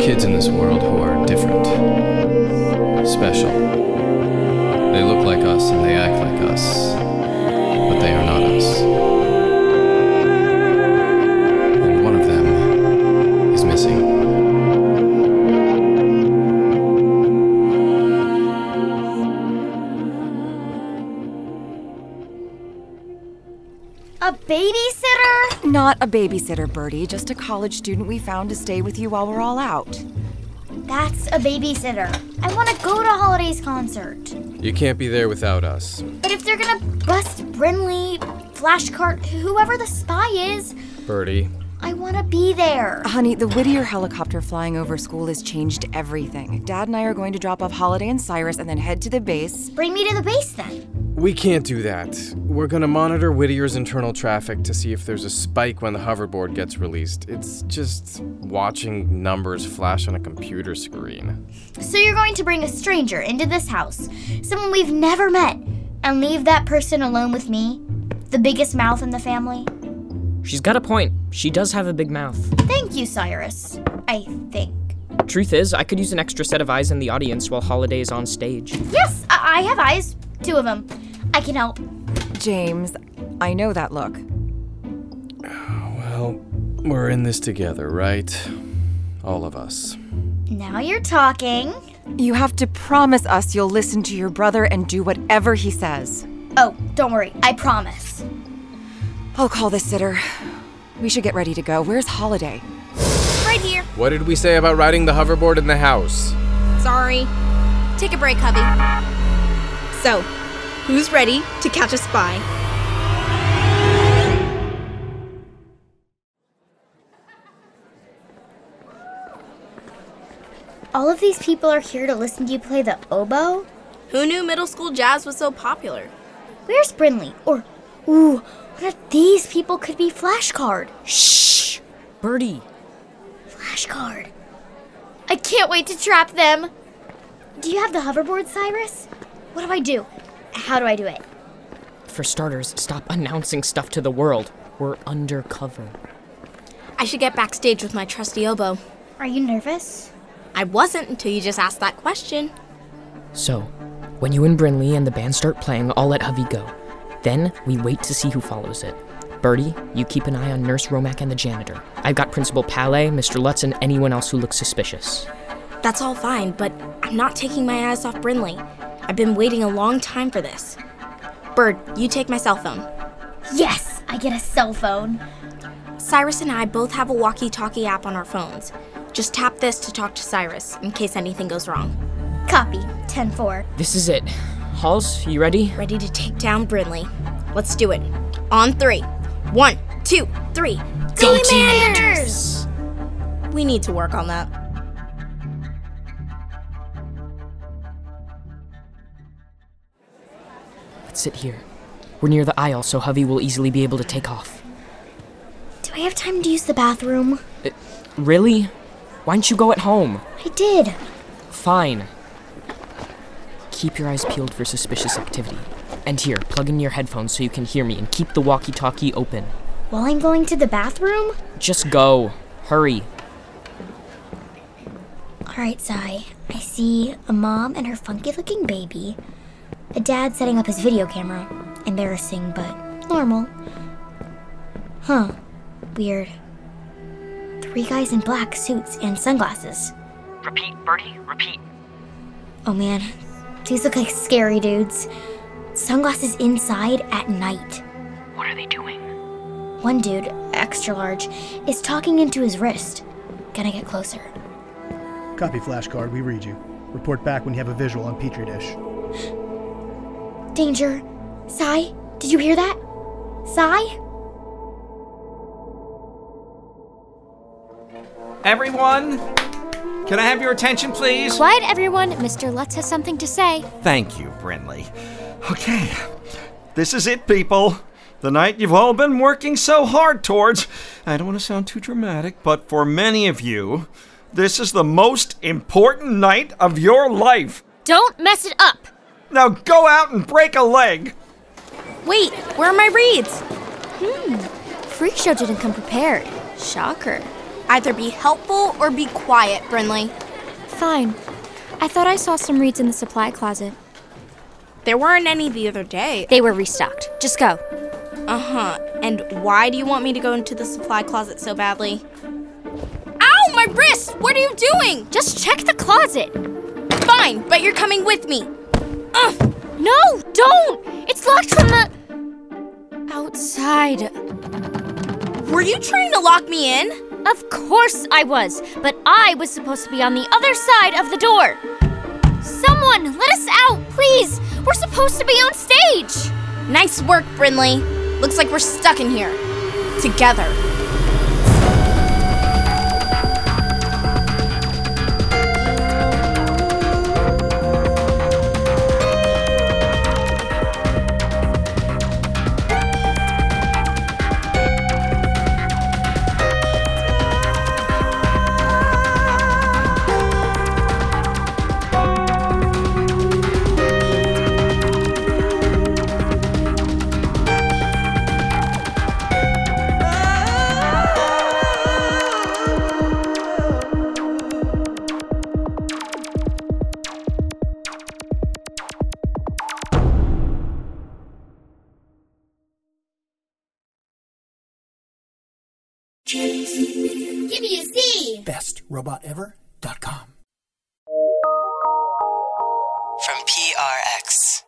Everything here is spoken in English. kids in this world who are different, special. They look like us and they act like us, but they are not us. And one of them is missing. A babysitter? Not a babysitter, Bertie, just a college student we found to stay with you while we're all out. That's a babysitter. I want to go to Holiday's concert. You can't be there without us. But if they're gonna bust Brinley, Flashcart, whoever the spy is, Bertie, I want to be there. Honey, the Whittier helicopter flying over school has changed everything. Dad and I are going to drop off Holiday and Cyrus and then head to the base. Bring me to the base then. we can't do that. We're gonna monitor Whittier's internal traffic to see if there's a spike when the hoverboard gets released. It's just watching numbers flash on a computer screen. So you're going to bring a stranger into this house, someone we've never met, and leave that person alone with me? The biggest mouth in the family? She's got a point. She does have a big mouth. Thank you, Cyrus. I think. Truth is, I could use an extra set of eyes in the audience while Holiday is on stage. Yes, I, I have eyes. Two of them. I can help. James, I know that look. Well, Oh, we're in this together, right? All of us. Now you're talking. You have to promise us you'll listen to your brother and do whatever he says. Oh, don't worry. I promise. I'll call this sitter. We should get ready to go. Where's Holiday? Right here. What did we say about riding the hoverboard in the house? Sorry. Take a break, hubby. So, who's ready to catch a spy? All of these people are here to listen to you play the oboe? Who knew middle school jazz was so popular? Where's Brinley? Or, ooh, one of these people could be Flashcard. Shh! Birdie! Flashcard. I can't wait to trap them. Do you have the hoverboard, Cyrus? What do I do? How do I do it? For starters, stop announcing stuff to the world. We're undercover. I should get backstage with my trusty oboe. Are you nervous? I wasn't until you just asked that question. So, when you and Brinley and the band start playing, I'll let Hovey go. Then we wait to see who follows it. Birdie, you keep an eye on Nurse Romack and the janitor. I've got Principal Palais, Mr. Lutz, and anyone else who looks suspicious. That's all fine, but I'm not taking my eyes off Brinley. I've been waiting a long time for this. Bird, you take my cell phone. Yes, I get a cell phone. Cyrus and I both have a walkie talkie app on our phones. Just tap this to talk to Cyrus in case anything goes wrong. Copy, 10 4. This is it. Halls, you ready? Ready to take down Brinley. Let's do it. On three. One, two, three. Go Commanders! We need to work on that. Let's sit here. We're near the aisle, so Hovey will easily be able to take off. Do I have time to use the bathroom? Really? Why don't you go at home? I did. Fine. Keep your eyes peeled for suspicious activity. And here, plug in your headphones so you can hear me and keep the walkie talkie open. While I'm going to the bathroom? Just go. Hurry. Alright, Sai. I see a mom and her funky looking baby, a dad setting up his video camera. Embarrassing, but normal. Huh. Weird. Three guys in black suits and sunglasses. Repeat, Bertie, repeat. Oh man, these look like scary dudes. Sunglasses inside at night. What are they doing? One dude, extra large, is talking into his wrist. Gonna get closer. Copy flashcard, we read you. Report back when you have a visual on Petri dish. Danger. Sai, did you hear that? Sai? Everyone, can I have your attention, please? Quiet, everyone. Mr. Lutz has something to say. Thank you, Brinley. Okay, this is it, people. The night you've all been working so hard towards. I don't want to sound too dramatic, but for many of you, this is the most important night of your life. Don't mess it up. Now go out and break a leg. Wait, where are my reads? Freak show didn't come prepared. Shocker. Either be helpful or be quiet, Brinley. Fine. I thought I saw some reeds in the supply closet. There weren't any the other day. They were restocked. Just go. Uh huh. And why do you want me to go into the supply closet so badly? Ow, my wrist! What are you doing? Just check the closet. Fine, but you're coming with me. Ugh. No, don't! It's locked from the. outside. Were you trying to lock me in? Of course I was, but I was supposed to be on the other side of the door. Someone, let us out, please! We're supposed to be on stage! Nice work, Brinley. Looks like we're stuck in here. Together. Give me a Z. From PRX.